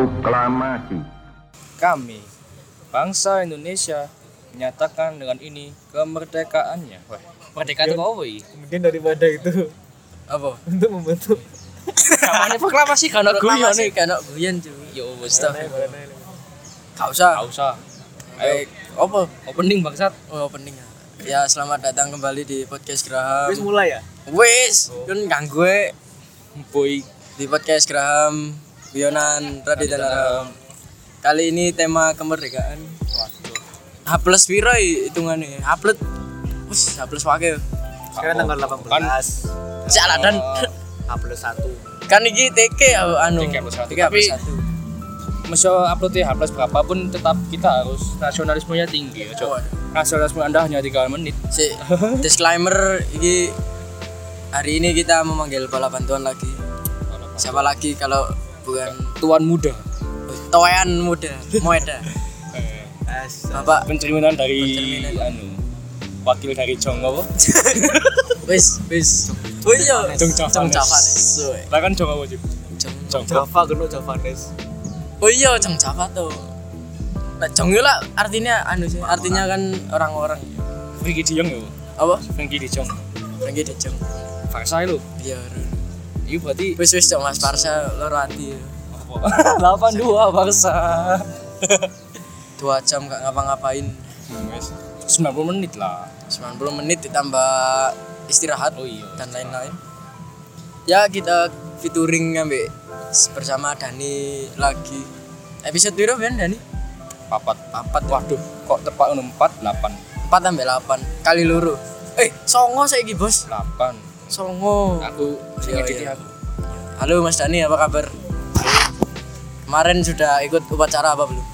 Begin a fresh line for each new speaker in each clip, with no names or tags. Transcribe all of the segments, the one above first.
aklamasi.
Kami, bangsa Indonesia, menyatakan dengan ini kemerdekaannya. Wah, merdeka itu apa ya?
Kemudian daripada itu
Apa?
untuk membentuk
Namanya proklamasi kan
Kalau gue
guyon nih.
sih kan guyon cuy.
Ya wis ta.
Gak usah.
Enggak usah.
Eh, apa?
Opening bangsat.
Oh, opening. ya. Ya, selamat datang kembali di podcast
Terus
Graham.
mulai ya.
Wis, kan ganggu eh.
Boy.
di podcast Graham Guyonan Radit dan Aram. Kali ini tema kemerdekaan. H plus piro i- hitungannya? H plus Wis, H plus wakil.
Sekarang
Oh,
tanggal 18
Kan
Salah dan
H plus 1
Oh. kan ini TK ya, anu.
TK plus satu.
TK
Tapi-
plus satu.
mesti upload ya H plus berapapun tetap kita harus nasionalismenya tinggi. Ojo.
Oh,
Nasionalisme Anda hanya 3 menit.
Si disclaimer ini hari ini kita memanggil balapan Tuhan lagi. Siapa lagi kalau bukan
Tuan muda.
Toyan muda, Moeda.
Eh,
As
Bapak
pencerminan dari
Pencerminan.
anu wakil dari Jong apa?
wis wis. Oh iya,
Jong Javanes.
Jong Javanes.
Lah kan Jong apa sih?
Jong
Jong.
Java kena Javanes
Oh iya, Jong Java tuh. Nah, Jong itu lah artinya anu sih, artinya kan orang-orang.
Frankie Di Jong ya.
Apa?
Frankie Di Jong.
Lagi ada Jong.
Farsai lo.
Iya. Ru.
Iya berarti
Wis wis Jong Mas Parsa loro ati.
82 Barca.
Dua jam gak ngapa-ngapain.
Hmm, Wes 90 menit lah.
90 menit ditambah istirahat
Oh iya.
dan lain-lain. Ya kita featuring ambek bersama Dani lagi. Episode piro Ben Dani?
Papat. Papat. ya? Waduh, kok tepat ngono 4 8.
4 ambek 8 kali loro. Eh, songo saiki, Bos.
8.
Songo.
Aku
Iya,
sing edit
iya.
ya, aku.
Halo Mas Dani, apa kabar? Kemarin sudah ikut upacara apa belum?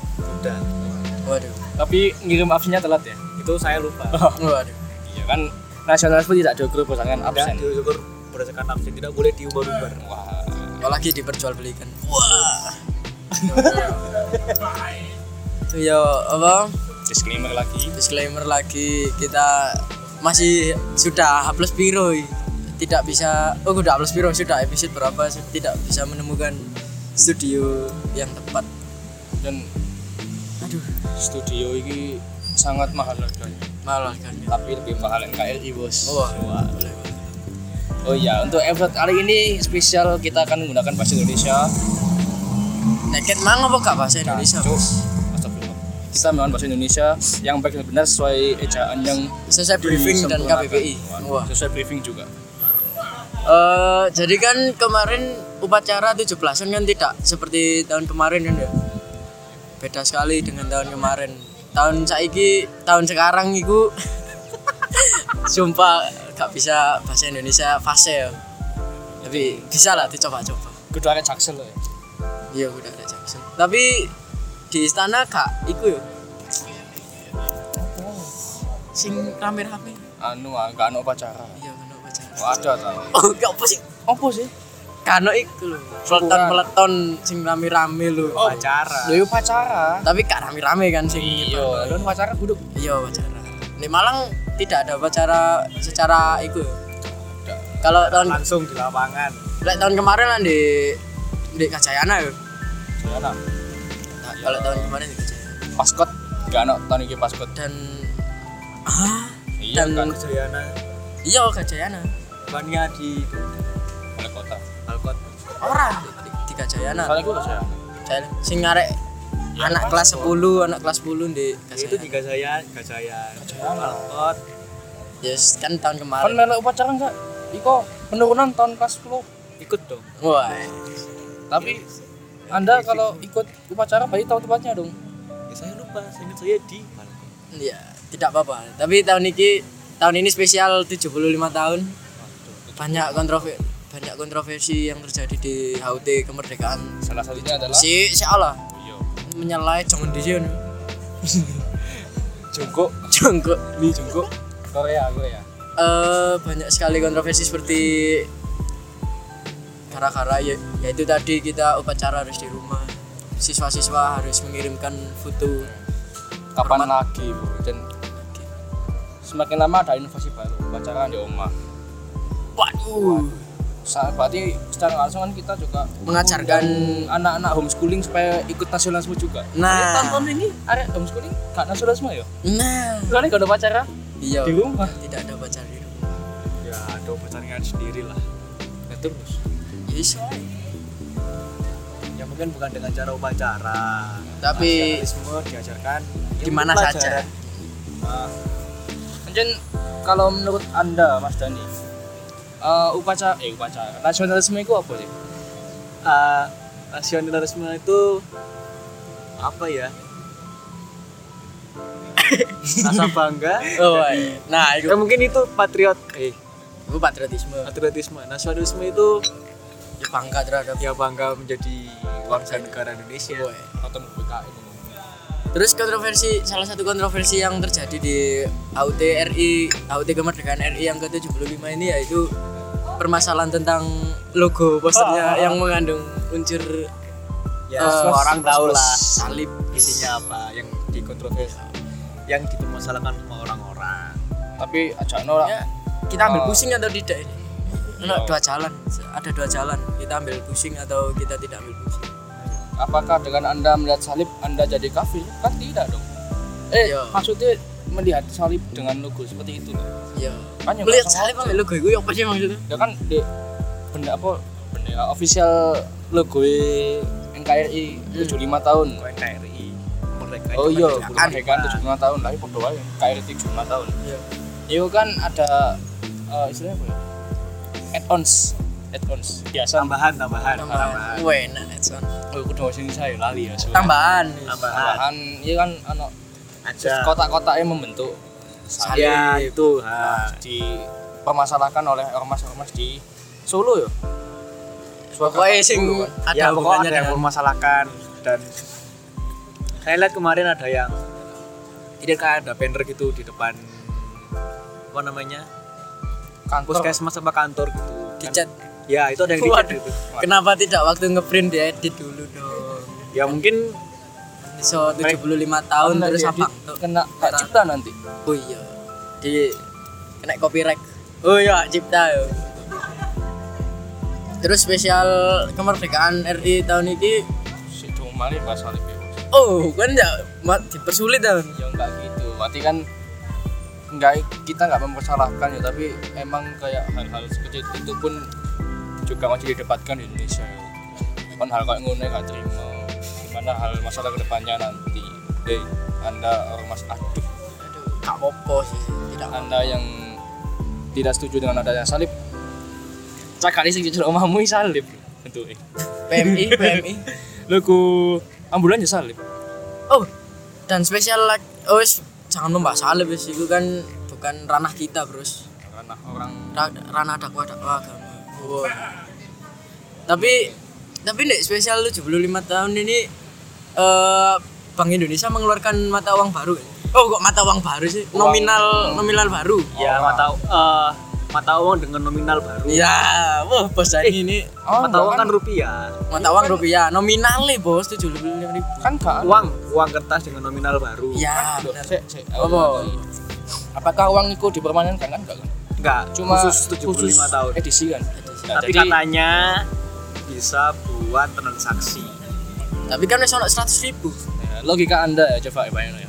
Udah
Waduh.
Tapi ngirim absennya telat ya.
Itu saya lupa
Waduh.
Iya kan nasionalisme tidak diukur pasangan
Dan
absen.
diukur berdasarkan absen Tidak boleh diubah-ubah
Wah.
Apalagi diperjualbelikan. Wah. Itu ya apa?
Disclaimer lagi.
Disclaimer lagi kita masih sudah plus piro i. tidak bisa oh udah plus piro sudah episode berapa su- tidak bisa menemukan studio yang tepat
Dan
aduh
studio ini sangat mahal harganya.
malah kan
Tapi lebih mahal NKRI bos.
Wah. iya.
Oh iya, untuk episode kali ini spesial kita akan menggunakan bahasa Indonesia.
neket mang apa gak bahasa Indonesia
Cuk. Astagfirullah. Kita menggunakan bahasa Indonesia yang baik dan benar sesuai ejaan yang
selesai briefing dan
disempurnakan.
KBBI
Wah,
wah
Sesuai briefing juga.
Eh, jadi kan kemarin upacara 17-an kan tidak seperti tahun kemarin kan ya. Beda sekali dengan tahun kemarin. Tahun saiki, tahun sekarang itu sumpah gak bisa bahasa Indonesia fase ya. Tapi bisa lah dicoba-coba.
Kudu ada jaksel eh. loh.
Iya udah ada Jackson. Tapi di istana gak iku ya? yo. Sing rame-rame.
Anu, ah, gak ada upacara.
Iya kan upacara.
Oh, ada tau.
Oh, gak apa sih? Apa sih? Kano iku lho. Peleton-peleton sing rame-rame lho.
Oh. Upacara
Lho, iya, upacara.
Tapi gak rame-rame kan sing
Iya, lho upacara kudu
Iya, upacara. Di Malang tidak ada upacara secara iku. ya? Kalau tahun
Langsung di lapangan
lek tahun kemarin lah di di Kajayana
Jana.
ya.
Iya.
Nah, kalau tahun kemarin di Kajayana.
Paskot gak ada tahun ini paskot.
Dan ah,
Iya
Dan-
kan,
Jayana
iya Kajayana.
Bukannya di
oleh kota.
Balkon
Ora di, di, di Kajayana.
Soalnya gue saya.
Kajayana. Sing arek anak kelas 10, anak kelas 10 di
Iya, Nah, Itu
Kajayana.
di Gajaya Gajaya Balkon
Yes, kan tahun
Kan
kemarin.
melok upacara enggak? Iko penurunan tahun kelas 10.
Ikut dong
Wah,
Tapi Anda kalau ikut upacara pasti tahu tempatnya dong.
Ya, Saya lupa Saya ingat saya di Balkon
ya tidak apa-apa. Tapi tahun ini tahun ini spesial 75 tahun. Banyak kontroversi banyak kontroversi yang terjadi di HUT kemerdekaan.
Salah satunya adalah
Si si Allah
Iya.
menyalahi jangan di sini.
Jongkok,
Jongkok.
mie jongkok Korea, Korea.
Eh, banyak sekali kontroversi seperti gara-gara ya, yaitu tadi kita upacara harus di rumah. Siswa-siswa harus mengirimkan foto.
Kapan lagi, Bu? Dan Ya, semakin lama ada inovasi baru, upacara di rumah.
Waduh.
saat berarti secara langsung kan kita juga
Mengajarkan
mengundang anak-anak homeschooling supaya ikut nasionalisme juga. Jadi
nah
tahun ini area homeschooling gak nasionalisme ya?
nah
Soalnya gak ada pacara
iya
di rumah.
tidak ada pacar di rumah
ya ada pertandingan sendiri lah
Ya terus.
Ya, iso ae.
ya mungkin bukan dengan cara upacara
Tapi-
nasionalisme diajarkan ya
Di mana
mungkin
saja.
pelajaran. Nah,
Mungkin kalau menurut Anda Mas Dani eh, upacara eh upacara nasionalisme itu apa sih?
eh, nasionalisme itu apa ya rasa bangga
oh ae. nah
ya
itu
mungkin itu patriot eh
itu patriotisme
patriotisme nasionalisme itu
Ya, bangga terhadap
ya bangga menjadi warga negara Indonesia
Oh, ae.
Atau PKI ngomongnya.
Terus kontroversi salah satu kontroversi yang terjadi di AUT RI AUT kemerdekaan RI yang ke-75 ini yaitu permasalahan tentang logo posternya yang mengandung unsur
ya
eh,
semua orang tahu lah
salib
isinya apa yang dikontroversi yang dipermasalahkan sama orang-orang
Tapi ajak nolak.
Ya, kita
Oh.
ambil pusing atau tidak ini? Nah,
Oh.
dua jalan, ada dua jalan. Kita ambil pusing atau kita tidak ambil pusing.
Apakah dengan Anda melihat salib Anda jadi kafir? Kan tidak dong. Eh,
Iya.
maksudnya melihat salib dengan logo seperti itu loh.
Iya.
Kan ya
Melihat
nggak
salib ambil logo itu apa sih maksudnya?
Ya kan di benda apa bendera official logo
Hmm.
NKRI 75 tahun.
KRI mereka
Oh iya,
kemerdekaan.
kemerdekaan 75 tahun, tapi podo wae KRI 75 tahun.
Iya.
Itu kan ada eh, istilahnya apa ya? Add-ons, add-ons. Biasa.
tambahan tambahan
Tambahan. Wah, enak Edson.
Oh, kudu bahasa Indonesia ya lali ya. soalnya.
Tambahan.
tambahan
Tambahan, iya kan ana
ada
kotak-kotaknya membentuk
Salib.
ya itu ha.
dipermasalahkan oleh ormas-ormas di Solo ya.
Pokoknya sing ada
ya pokoknya
hubungannya
ada yang
dengan
mempermasalahkan dan saya lihat kemarin ada yang ini kan ada banner gitu di depan apa namanya
kampus
puskesmas sama kantor gitu Kan-
dicat.
ya itu ada yang dicat
Waduh.
gitu
Kenapa tidak waktu ngeprint diedit dulu dong?
ya mungkin
So 75 tahun terus apa?
kena hak cipta nanti.
Oh iya. Di kena copyright. Oh iya, cipta. yo. Terus spesial kemerdekaan RI tahun ini
Si cuma nih bahasa salib ya.
Oh, kan ya ma- dipersulit tahun.
ya nggak gitu berarti kan nggak kita nggak mempersalahkan ya tapi emang kayak hal-hal seperti itu pun juga masih didebatkan di Indonesia kan hal kayak ngono nggak terima gimana hal masalah kedepannya nanti deh anda orang mas aduh
Aduh, gak apa sih, tidak
anda yang tidak setuju dengan adanya salib cakali sing jujur omahmu iki salib tentu eh
PMI, PMI.
logo ambulan ya salib
Oh, dan spesial lagi oh, wis, jangan membahas salib wis itu kan bukan ranah kita, Bros.
karena orang
Ra- ranah dakwah dakwah agama. Wow. Tapi tapi nek spesial 75 tahun ini eh Bank Indonesia mengeluarkan mata uang baru. Oh, kok mata uang baru sih?
Uang-
Nominal nominal baru.
ya mata eh, mata uang dengan nominal baru
Ya, wah bos Dani
Eh.
ini
Oh,
mata uang kan rupiah
mata uang rupiah nominalnya bos 75 ribu.
kan nggak ada.
uang uang kertas dengan nominal baru
Ya,
Loh,
benar.
sik, sik.
Apa?
Apakah uang itu dipermanenkan kan enggak kan?
enggak
Cuma
khusus 75 tahun
edisi kan. Nah,
tapi
jadi-
katanya bisa buat transaksi
Tapi kan wis ono 100 ribu.
Ya, logika Anda ya coba ya bayangin ya.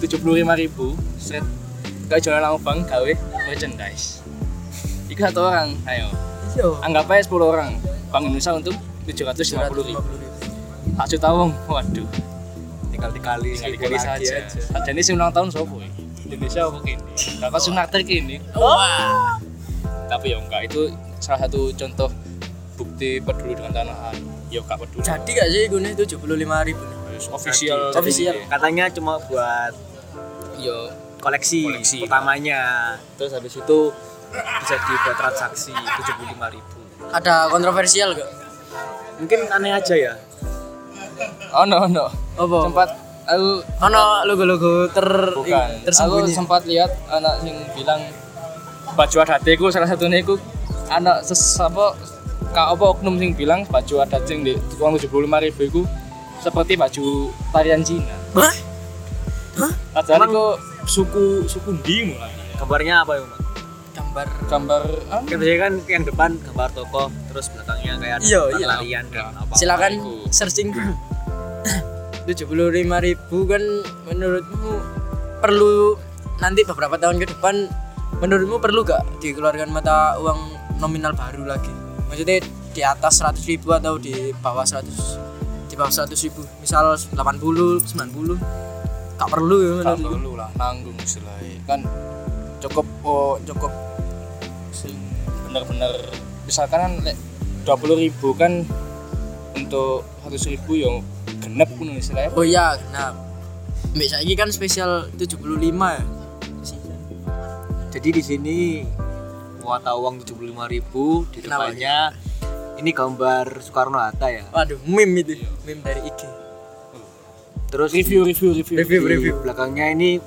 75.000 set gak jualan nang bank gawe merchandise. Iku satu orang, ayo.
Iya.
Anggap aja 10 orang. Bank Indonesia untuk 750 ribu. Tak juta wong, waduh.
tinggal dikali
Tinggal
seribu
dikali
lagi
saja. Saja ini sih ulang tahun sopo ya? Indonesia apa kini? Gak kau sunat terkini.
Wah.
Tapi ya enggak, itu salah satu contoh bukti peduli dengan tanah air. Ya enggak peduli.
Jadi gak sih gune 75 ribu?
Terus official Iya.
Jadi- Official.
katanya cuma buat
yo
koleksi,
Koleksi.
utamanya terus habis itu bisa dibuat transaksi 75.000
Ada kontroversial gak?
mungkin aneh aja ya
oh no no
Apa?
sempat aku
ono logo-logo ter
bukan aku
tersembunyi.
sempat lihat anak yang bilang baju adatiku salah satunya aku anak sesapa kak apa oknum sing bilang baju adat sing di uang tujuh puluh lima ribu iku seperti baju tarian Cina
Hah?
padahal itu suku suku ndi mulai
gambarnya apa ya Mas?
Kamu gambar
gambar ah,
Kayak biasanya kan yang depan gambar tokoh, terus belakangnya kayak ada
Iya,
tempat
iya.
larian dan apa.
silakan
itu.
searching tujuh puluh ribu kan menurutmu perlu nanti beberapa tahun ke depan menurutmu perlu gak dikeluarkan mata uang nominal baru lagi maksudnya di atas 100.000 ribu atau di bawah 100 di bawah 100 ribu misal 80 90 gak perlu ya
gak
menurutmu?
perlu lah nanggung istilahnya kan cukup oh, cukup sing bener-bener misalkan kan dua puluh ribu kan untuk seratus ribu yang genep pun istilahnya
oh iya nah Mbak saiki kan spesial 75 ya
Jadi di sini muata uang 75.000 di
Kenapa?
depannya ini gambar Soekarno Hatta ya.
waduh meme itu meme dari IG
Terus
review review review
Review,
di
review.
belakangnya ini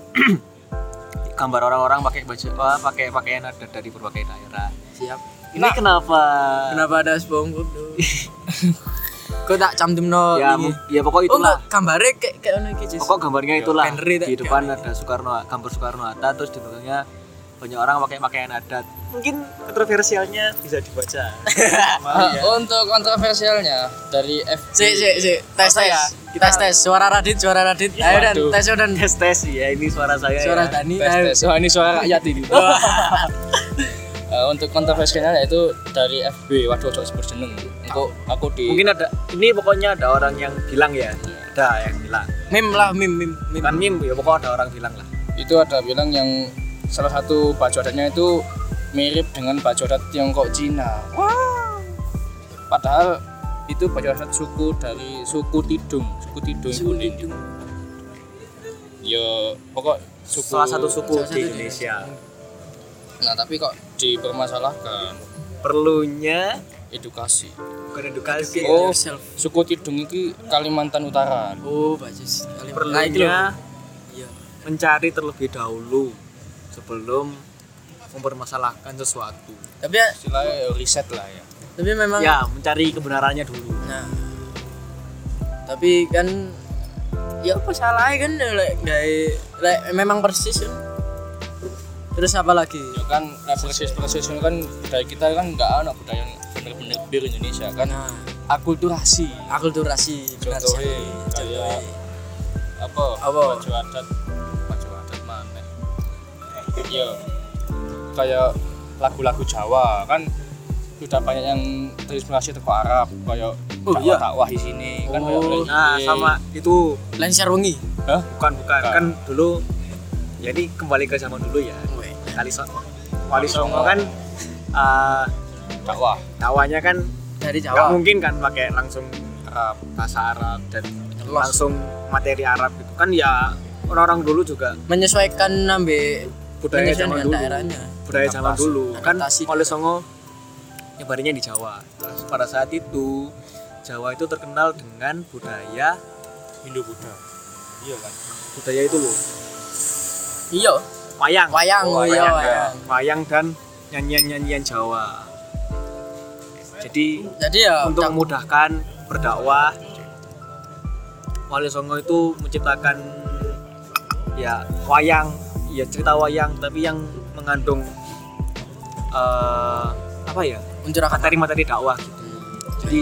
gambar orang-orang pakai baju wah, pakai pakaian ada dari berbagai daerah.
siap
Ini kenapa?
Nah. Kenapa ada SpongeBob dong? Kok tak cantum no
Ya,
ini?
mu- ya pokok
Oh
itulah.
enggak, gambarnya kayak kayak ono iki Jis.
Pokok gambarnya itulah.
Penri tak-
Di depan ada Soekarno gambar Soekarno Hatta terus di belakangnya banyak orang pakai pakaian adat. Mungkin kontroversialnya bisa dibaca.
untuk kontroversialnya dari F
Sik sik sik, tes
Apa
tes.
ya?
Kita tes tes suara Radit, suara Radit. Ayo dan
Iya, Waduh.
tes yo, dan
tes tes ya ini suara saya.
suara
ya.
Dani.
tes
ayo.
tes oh ini suara rakyat ini
Wah,
Eh, untuk kontroversialnya yaitu dari FB waduh cocok sebut jeneng aku aku di
Mungkin ada ini pokoknya ada orang yang bilang ya. Ada yang bilang.
Mim lah, mim mim mim.
Kan
Bukan meme ya pokoknya ada orang bilang lah.
itu ada bilang yang salah satu baju adatnya itu mirip dengan baju adat Tiongkok Cina. Padahal itu baju adat suku dari suku Tidung, suku Tidung.
Suku
itu di-
Tidung.
Ya pokok suku
Salah satu suku
Salah satu di
di Indonesia.
Nah, tapi kok dipermasalahkan
Perlunya
edukasi.
bukan edukasi.
Oh.
yourself.
Suku Tidung ini Kalimantan Utara.
Oh, Pak Jis. Kali- Nah, iki lho.
ya.
Perlunya
Iya.
mencari terlebih dahulu sebelum mempermasalahkan sesuatu.
Tapi ya-
Istilahnya riset lah ya.
tapi memang
Ya, mencari kebenarannya dulu.
Nah, tapi kan ya apa salahnya kan lek gawe- lek memang persis kan. Terus apa lagi?
Ya kan nah, proses-proses ini kan budaya kita kan nggak ada budaya yang benar-benar bir Indonesia kan
Nah,
akulturasi.
akulturasi Ah,
Contohnya
benar sekali.
kayak apa
Apa?
baju adat baju adat mana iya kayak lagu-lagu Jawa kan sudah banyak yang terinspirasi dari Arab kayak
Oh,
dakwah
iya.
dakwah di sini kan
Oh,
kayak oleh-
Nah, sama itu
Lancar wengi.
Hah?
bukan bukan
Bukan.
kan dulu ya ini kembali ke zaman dulu ya. Kali Songo. Wali Songo kan eh
dakwah
tawanya kan
Dari
nggak
Jawa.
mungkin kan pakai langsung eh,
Arab
bahasa Arab dan
Los.
langsung materi Arab gitu kan ya orang-orang dulu juga
Menyesuaikan nambe
Budaya
menyesuaikan
zaman
dengan
dulu.
daerahnya.
budaya zaman
Adaptasi.
dulu kan
Adaptasi.
Wali Songo nyebarinnya di Jawa Terus pada saat itu Jawa itu terkenal dengan budaya
Hindu Buddha iya kan
budaya itu loh
Iya,
wayang
wayang,
Oh,
iya
wayang,
wayang.
wayang dan nyanyian-nyanyian Jawa jadi
Jadi ya
untuk
udah-
memudahkan berdakwah Wali Songo itu menciptakan ya wayang ya cerita wayang tapi yang mengandung eh, apa ya
mencurahkan
materi-materi dakwah gitu. jadi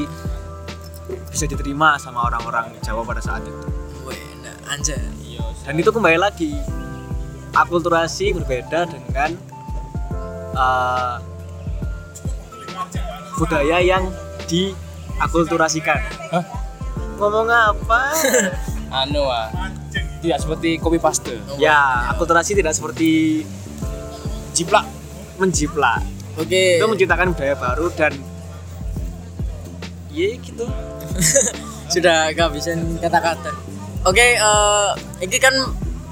bisa diterima sama orang-orang Jawa pada saat itu
Weh, nah, anjay.
iya
dan itu kembali lagi akulturasi berbeda dengan eh, budaya yang diakulturasikan
Hah?
ngomong apa
anu ah tidak seperti copy paste
ya akulturasi tidak seperti jiplak menjiplak
Oke.
itu menciptakan budaya baru dan ya gitu
sudah kehabisan kata-kata. Oke, eh, ini kan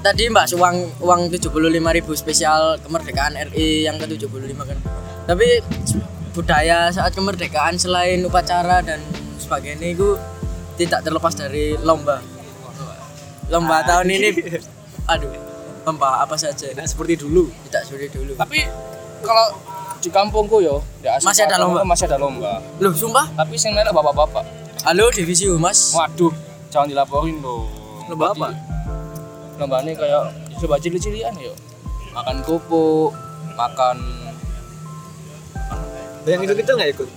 tadi Mbak uang uang 75.000 spesial kemerdekaan RI yang ke-75 kan. Tapi budaya saat kemerdekaan selain upacara dan sebagainya itu tidak terlepas dari lomba. Lomba tahun ini aduh, lomba apa saja.
tidak seperti dulu
Tidak sulit dulu.
tapi kalau di kampungku yo di Asupan,
Masih ada lomba?
masih ada lomba
Loh, sumpah.
tapi yang melok bapak-bapak
Halo divisi humas.
Waduh, jangan dilaporin loh.
Lomba apa?
Lomba ini kayak coba cili-cilian yuk. ya. Makan kerupuk, makan
Ada yang kecil-kecil gitu nggak ikut?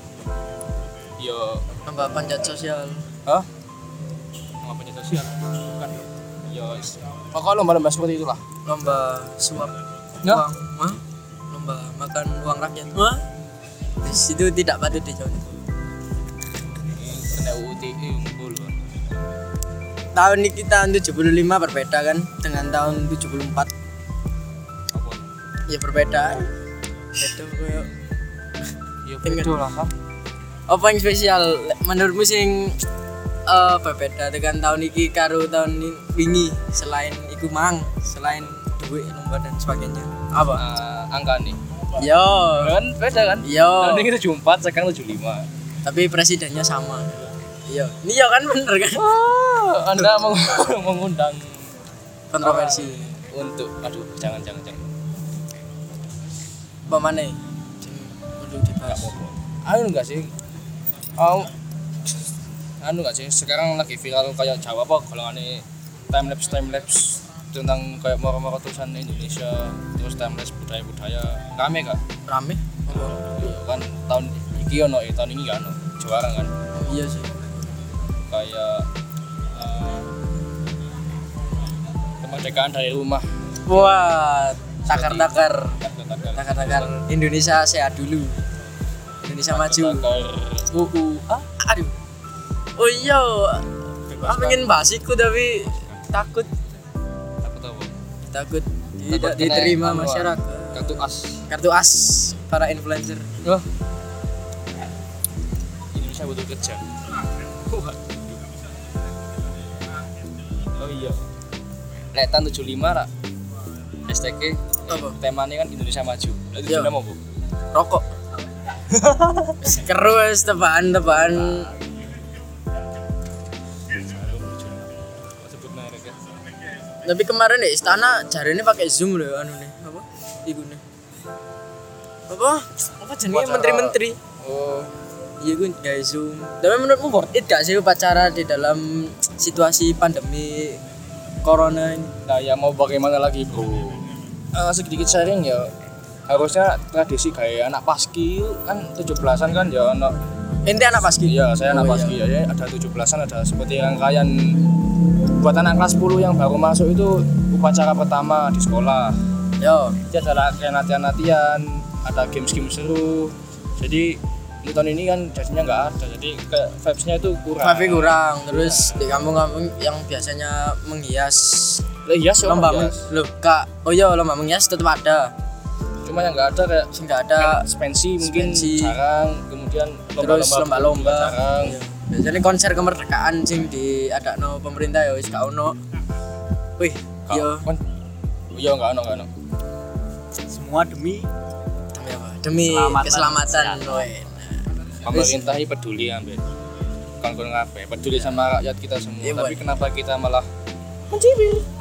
yo
lomba panjat sosial
ya, Hah? Ngapain itu sosial? Bukan. Ya, pokoknya lomba-lomba seperti itulah.
lomba suap
Ya.
uang Hah? lomba makan uang rakyat Hah? di situ tidak patut dicontoh
Kena E, UUT unggul.
tahun ini kita 75 berbeda kan dengan tahun 74
Apa?
ya berbeda itu kayak
Ya
Ingat.
betul lah kan.
apa yang spesial menurutmu sing eh, berbeda dengan tahun ini karo tahun ini wingi selain iku mang selain duit lomba dan sebagainya apa
Eh, angka nih.
yo
Kan beda kan?
yo
Tahun ini 74, sekarang 75.
tapi presidennya sama yo ini yo kan bener kan
Ah, Anda meng- mengundang
kontroversi
untuk aduh jangan jangan jangan.
apa mana sing perlu
Enggak
dibahas
apa-apa. Anu enggak sih? Au- anu enggak sih? Sekarang lagi viral kayak Jawa apa golongan time lapse time lapse tentang kayak moro-moro tulisan Indonesia terus time lapse budaya-budaya rame gak?
rame apa?
Iya, kan tahun iki ono eh, tahun ini kan ono juara kan
oh, iya sih
kayak eh, kemerdekaan dari rumah
buat takar-takar
takar-takar
takar-takar Indonesia sehat dulu Indonesia maju UU ah aduh oh iya aku pengen bahas iku tapi takut
aku tahu Takut
takut tidak
kena
diterima
anu, ah.
masyarakat
kartu as
kartu as para influencer
Loh. Indonesia butuh kerja. Waduh. Oh iya. Lek tahun 75 lah. STK eh,
Apa?
temanya kan Indonesia Maju. Lah itu
Iya.
jenama apa?
rokok keru wes tebakan-tebakan
Apa sebut merek ya?
tapi kemarin di istana jarene pakai zoom loh anu nih apa iku nih apa apa jenenge
Upacara.
menteri-menteri
Oh,
Iya gue nggak zoom. Tapi menurutmu worth it gak sih upacara di dalam situasi pandemi corona ini?
nah ya mau bagaimana lagi, Bro? Eh, sedikit sharing ya. Harusnya tradisi kayak anak paski kan 17-an kan ya anak
Ente anak paski?
Iya, saya anak
Oh,
paski ya. Jadi ada 17-an ada seperti rangkaian buat anak kelas 10 yang baru masuk itu upacara pertama di sekolah.
Yo,
Jadi ada latihan- latihan-latihan, ada game-game seru. Jadi ini tahun ini kan jadinya nggak ada. Jadi kayak vibes-nya itu kurang.
tapi kurang. Terus di kampung-kampung yang biasanya menghias
Lah iya sih,
lomba
orang
meng
bias.
Loh, kak. Oh iya, lomba menghias tetap ada.
Cuma yang nggak ada kayak
Sing nggak ada.
spensi mungkin
Spensi.
jarang, kemudian
Terus
lomba-lomba
lomba-lomba.
juga jarang.
Iya. Biasanya konser kemerdekaan sing di ada no pemerintah ya wis gak ono. Wih,
Nggak-
yo
kan- Iya nggak ono nggak ono.
Semua demi
demi apa? Demi
Keselamatan.
keselamatan. weh.
pemerintah ini peduli ambil kan kon ngapain peduli sama rakyat kita semua
Iya,
tapi
Boy.
kenapa kita malah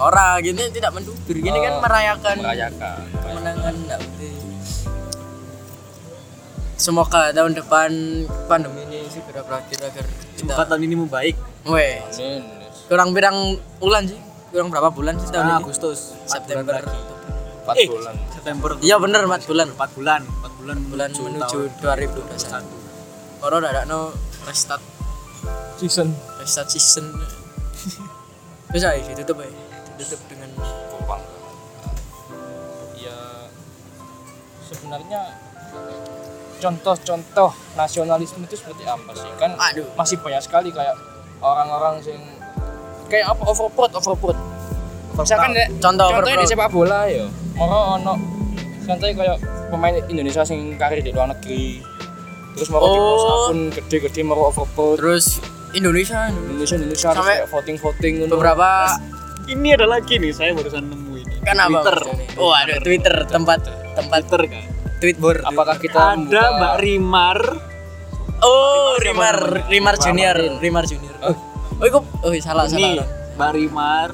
Ora gini tidak mendubir gini kan
Oh,
merayakan
merayakan
kemenangan enggak Semoga tahun depan pandemi ini segera berakhir agar kita
semoga tahun ini membaik.
weh
amin
kurang pirang bulan sih kurang berapa bulan sih tahun
Nah,
ini
Agustus, empat
September
bulan lagi.
empat
Eh,
bulan
September
iya bener 4 bulan
4 bulan, 4 bulan
bulan menuju 2021
satu.
Koro ada no restart
season
restart season bisa ya ditutup ya ditutup dengan
kopang ya sebenarnya contoh-contoh nasionalisme itu seperti apa sih kan
Aduh.
masih banyak sekali kayak orang-orang yang kayak apa overproud overproud misalkan dek,
Contoh
contohnya di
overproud.
sepak bola ya moro ono contohnya kayak pemain Indonesia sing karir di luar negeri terus moro di
Oh.
bursa pun gede-gede moro overproud
terus Indonesia
Indonesia Indonesia harus
Sampai
kayak voting voting
beberapa
Ini ada lagi nih, saya barusan nemu ini.
Kenapa?
Twitter.
Oh, ada Twitter tempat tempat
Twitter kan.
tweetbor.
apakah kita
Ada
membuka-
Mbak Rimar.
Oh,
Rimar siapa
Rimar Rimar Junior, Rimar Junior.
Oh.
Oh, iku oh salah
Ini
salah.
Mbak Rimar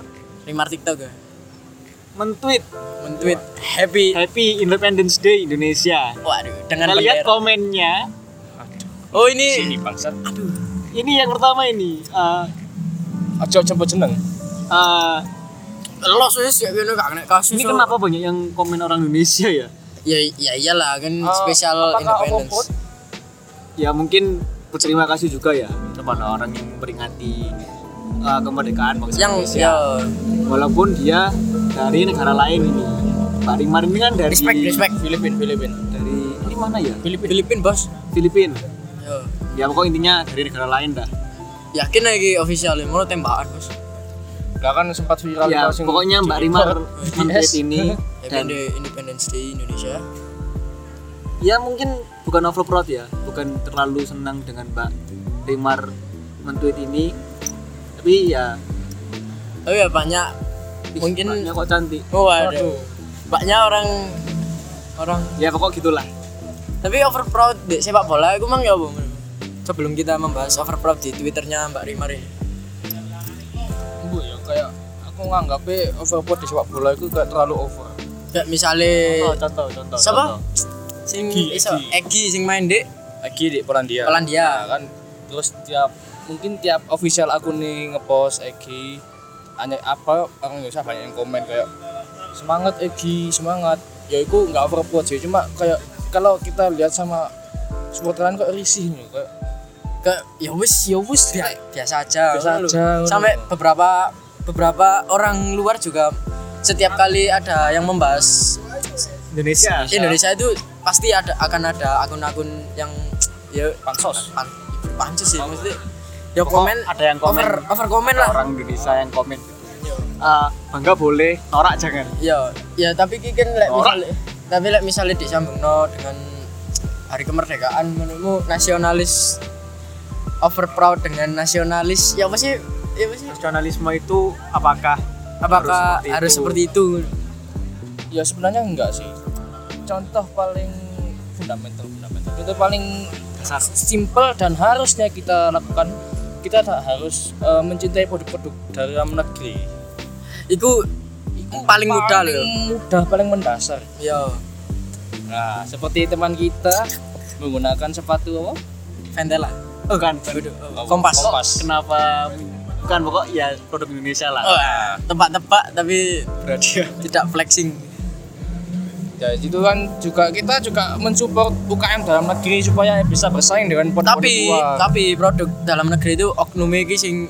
Rimar TikTok ya.
mentweet
Mentweet happy.
Happy Independence Day Indonesia.
Waduh, dengan
Kita lihat
bendera.
komennya.
Oh,
sini
ini
bangsat
Ini yang pertama ini. eh,
aja coba jeneng
eh,
los wis ya ngono gak kena kasus.
ini
so.
kenapa banyak yang komen orang Indonesia ya?
Ya ya iyalah kan
Eh,
spesial
Ah, apakah
independence.
overvote?
ya mungkin berterima kasih juga ya kepada orang yang memperingati uh, kemerdekaan bangsa
yang
Indonesia.
ya
Walaupun dia dari negara lain ini. Pak Rimar ini kan dari
respect respect
Eh, Filipin Filipin
dari ini mana ya?
Filipin
Filipin bos
Filipina.
ya
Ya pokok intinya dari negara lain dah.
yakin lagi official mau tembakan bos
lah kan sempat viral
Ya,
Iya,
itu sing-
pokoknya Mbak
di-
Rimar
di-
menurut ini
ya
dan
kan di Independence Day Indonesia
ya mungkin bukan overproud ya bukan terlalu senang dengan Mbak Rimar mentweet ini tapi ya
tapi ya banyak
ih,
mungkin
mbaknya kok cantik
oh waduh banyak orang orang
ya pokok gitulah
tapi overproud di sepak bola aku mang ya Bung. sebelum kita membahas overproud di twitternya Mbak Rimar ini
Bu, ya kayak aku nganggapnya overboard di sepak bola itu kayak terlalu over
kayak misalnya
oh, contoh contoh
siapa
contoh.
sing
Egi,
iso
Egi.
Egi sing main di
lagi di Polandia Nah,
Polandia
kan terus tiap mungkin tiap official aku nih ngepost Egi hanya apa orang Indonesia banyak yang komen kayak semangat Egi semangat ya itu nggak overboard sih cuma kayak kalau kita lihat sama supporter lain kok risih nih kayak
ke ya wis ya wis kayak biasa aja
Biasa
ngono lho.
aja, ngono.
sampai beberapa beberapa orang luar juga setiap kali ada yang membahas
Indonesia
Indonesia itu pasti ada akan ada akun-akun yang ya
pansos
pan, pansus sih maksudnya ya komen
ada yang komen
over over komen lah
orang Indonesia yang komen
Iya.
Ah, bangga boleh norak jangan
ya ya tapi ki kan lek
Ora.
misalnya tapi lek misalnya disambungno dengan hari kemerdekaan menurutmu nasionalis over proud dengan nasionalis ya apa sih ya apa sih
nasionalisme itu apakah
apakah
seperti
harus
itu?
seperti itu,
ya sebenarnya enggak sih contoh paling fundamental fundamental contoh paling
dasar
simple dan harusnya kita lakukan kita tak harus eh, mencintai produk-produk dalam negeri
itu paling mudah loh
paling mudah paling mendasar
ya
nah seperti teman kita menggunakan sepatu apa
Ventela
bukan
kompas
Kompas.
Oh, kan. kenapa bukan pokok ya produk Indonesia lah
Oh.
Wah, tebak-tebak tapi
berarti
tidak flexing
ya itu kan juga kita juga mensupport UKM dalam negeri supaya bisa bersaing dengan produk
tapi tapi produk dalam negeri itu oknum iki sing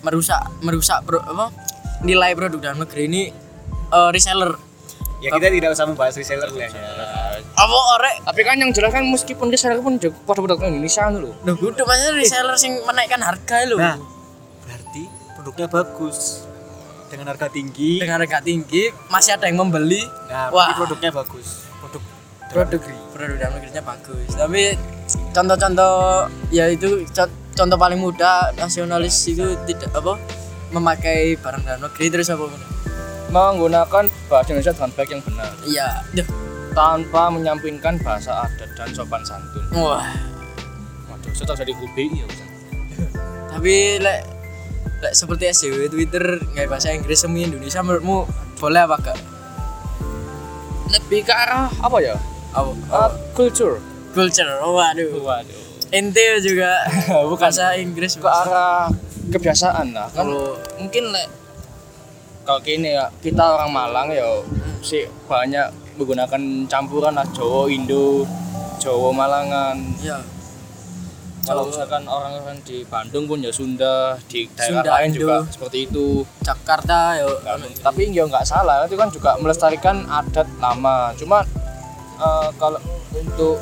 merusak merusak pro- apa nilai produk dalam negeri ini eh, reseller
ya kita tidak usah membahas reseller lah
apa orek
tapi kan yang jelas kan meskipun dia sekarang pun juga produk-produk Indonesia kan loh
Duh, kudu maksudnya reseller sing menaikkan harga lho.
Nah, berarti produknya bagus dengan harga tinggi.
Dengan harga tinggi masih ada yang membeli.
Nah, berarti
Wah,
produknya bagus. Produk
produk produk dalam negerinya bagus. Tapi contoh-contoh ya itu co- contoh paling mudah nasionalis itu tidak apa memakai barang dalam negeri terus apa
menggunakan bahasa Indonesia dengan baik yang benar
Iya. Duh.
tanpa menyampingkan bahasa adat dan sopan santun
Wah,
waduh saya tahu dari UBI ya Ustaz.
tapi lek lek seperti SJW Twitter nggak bahasa Inggris semi Indonesia menurutmu boleh apa gak?
lebih ke arah apa ya
Apa?
Ah, culture
Culture. Waduh.
waduh
Ente juga
Bukan.
bahasa Inggris
ke arah kebiasaan lah kan
kalau
mungkin lek kalau gini ya kita orang Malang ya si banyak menggunakan campuran lah Jawa Indo Jawa Malangan
ya
kalau
Jawa.
misalkan orang-orang di Bandung pun ya Sunda di daerah
Sunda,
lain
Indo.
juga seperti itu
Jakarta ya
Nggak mungkin. tapi ya nggak salah itu kan juga melestarikan adat lama cuma eh, kalau untuk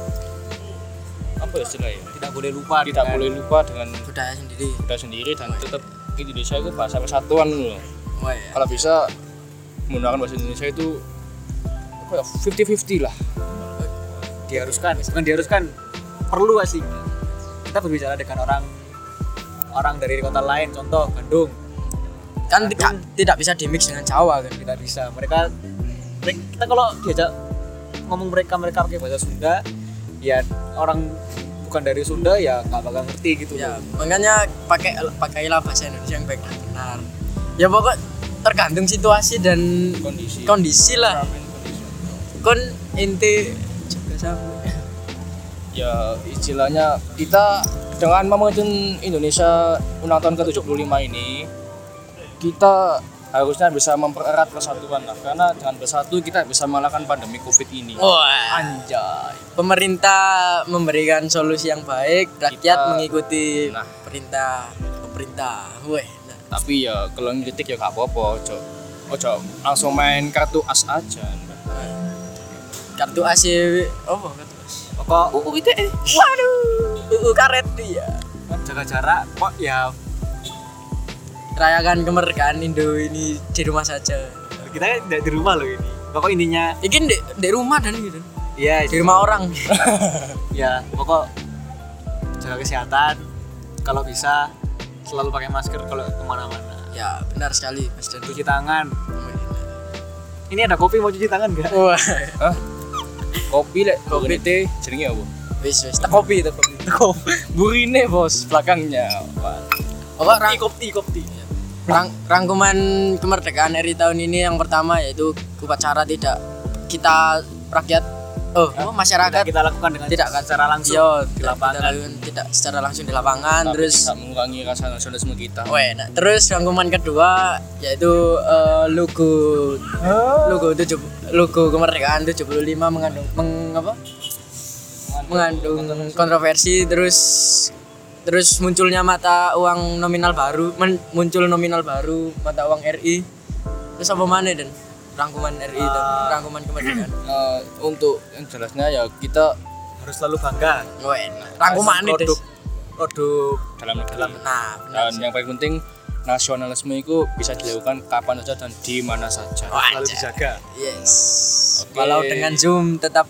apa ya istilahnya
tidak boleh lupa.
tidak
dengan-
boleh lupa dengan
budaya sendiri
budaya sendiri dan tetap Indonesia itu bahasa persatuan loh
wah ya
kalau bisa menggunakan bahasa Indonesia itu apa ya 50-50 lah
diharuskan, bukan diharuskan. Perlu sih. Kita berbicara dengan orang orang dari kota lain, contoh Bandung,
kan tidak tidak bisa di mix dengan Jawa kan
kita bisa. Mereka mereka- kita kalau diajak ngomong mereka mereka pakai bahasa Sunda, ya orang bukan dari Sunda ya nggak bakal ngerti gitu.
ya makanya pakai pakailah bahasa Indonesia yang baik dan benar ya pokok tergantung situasi dan
kondisi
kondisi lah
kondisi.
kon inti juga sama
ya istilahnya kita dengan memujun Indonesia ulang tahun ke-75 ini kita harusnya bisa mempererat persatuan lah karena dengan bersatu kita bisa mengalahkan pandemi covid ini
Oh. Wah.
anjay
Pemerintah memberikan solusi yang baik, rakyat
Kita-
mengikuti
Nah.
perintah pemerintah. Weh, nah.
tapi ya kalau ngeritik ya gak apa-apa ojo ojo langsung main kartu as aja
kartu AC oh kartu AC.
Pokok
UU ITE. Waduh. UU karet dia.
kan jaga jarak, kok ya
Rayakan kemerdekaan Indo ini di rumah saja.
kita kan tidak di rumah loh ini. Pokok intinya
Ikin di, di rumah dan gitu.
ya
Di rumah orang.
ya pokok jaga kesehatan kalau bisa selalu pakai masker kalau kemana-mana
ya, benar sekali Mas Dandi.
cuci tangan ini ada kopi mau cuci tangan gak?
Wah,
Hah? kopi lek
Kopi.
kopi teh jenenge apa
wis wis tak kopi tak kopi.
kopi burine bos belakangnya Wah.
Apa rang,
kopi kopi
rang- rangkuman kemerdekaan RI tahun ini yang pertama yaitu upacara tidak kita rakyat oh, oh,
Tidak
masyarakat
kita lakukan dengan
Tidak, kan?
secara langsung
Yo,
di
tidak, kita
lapangan
lakukan- tidak secara langsung di lapangan
Tapi
terus
tidak mengurangi rasa nasionalisme kita
Oh, ya, nah, terus rangkuman kedua yaitu eh, logo logo tujuh logo kemerdekaan 75 mengandung meng, apa? mengandung kontroversi terus terus munculnya mata uang nominal baru men- muncul nominal baru mata uang RI terus apa mana dan rangkuman RI dan rangkuman kemerdekaan
Eh, untuk yang jelasnya ya kita
harus selalu bangga
oh, enak. rangkuman ini
produk
Des.
produk
dalam negeri
nah benar
dan yang paling penting nasionalisme itu bisa dilakukan kapan saja dan di mana saja
oh,
selalu
anjay.
dijaga
yes walau dengan zoom tetap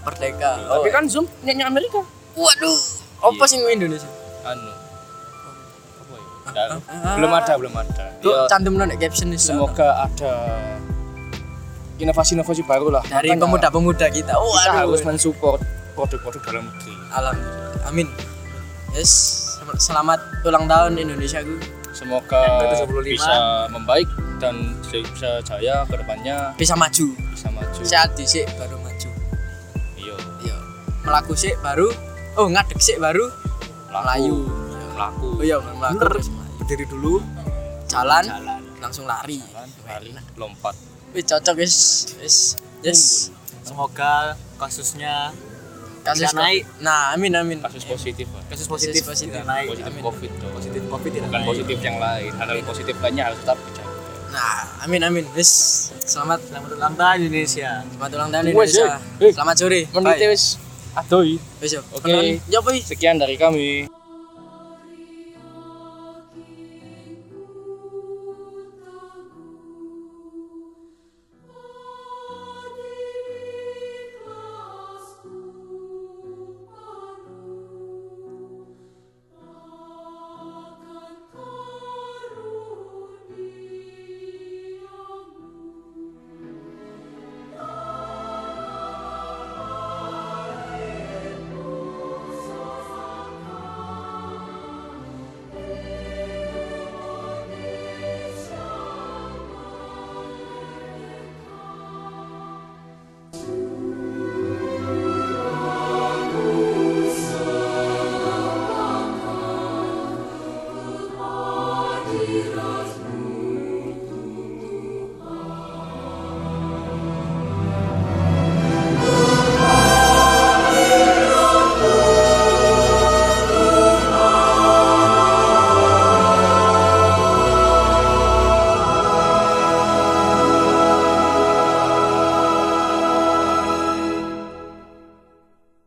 merdeka oh,
tapi kan zoom punya Amerika Iya.
waduh apa sih Indonesia
anu apa ya? Nggak tahu. belum ada belum ada
Tuh,
Ya,
cantum nol caption itu.
semoga ada inovasi-inovasi baru lah
dari
Makanya
pemuda-pemuda kita. Oh,
kita harus
aduh.
mensupport produk-produk dalam negeri
Alhamdulillah. Amin. Yes, sel- selamat ulang tahun Indonesia gue.
semoga
Yang ke-75.
bisa membaik dan bisa jaya ke depannya
Bisa maju.
bisa maju
Sehat dhisik baru maju.
iya
Yo. Melaku sik baru. Oh, ngadeg sik baru. Melayu. Iya.
melaku
Oh iya, melaku.
bener
terus melayu.
berdiri dulu
Jalan,
jalan
langsung lari.
Jalan, lari, lompat
Wih, cocok guys. Yes. Yes.
semoga kasusnya Bisa naik.
Nah, amin amin.
kasus positif Pak.
kasus
Positif,
positif,
positif.
tidak naik
positif
amin.
covid tuh.
positif covid ya. tidak
bukan
naik
positif yang lain hal positif lainnya harus tetap dijaga
Nah, amin amin. Yes. Selamat
selamat ulang tahun Indonesia
Selamat ulang tahun
Wes,
Indonesia.
eh. Eh.
Selamat sore. Bye.
wis aduh
Wes, yo.
Oke.
Penuh- Ya, apa, Wis?
sekian dari kami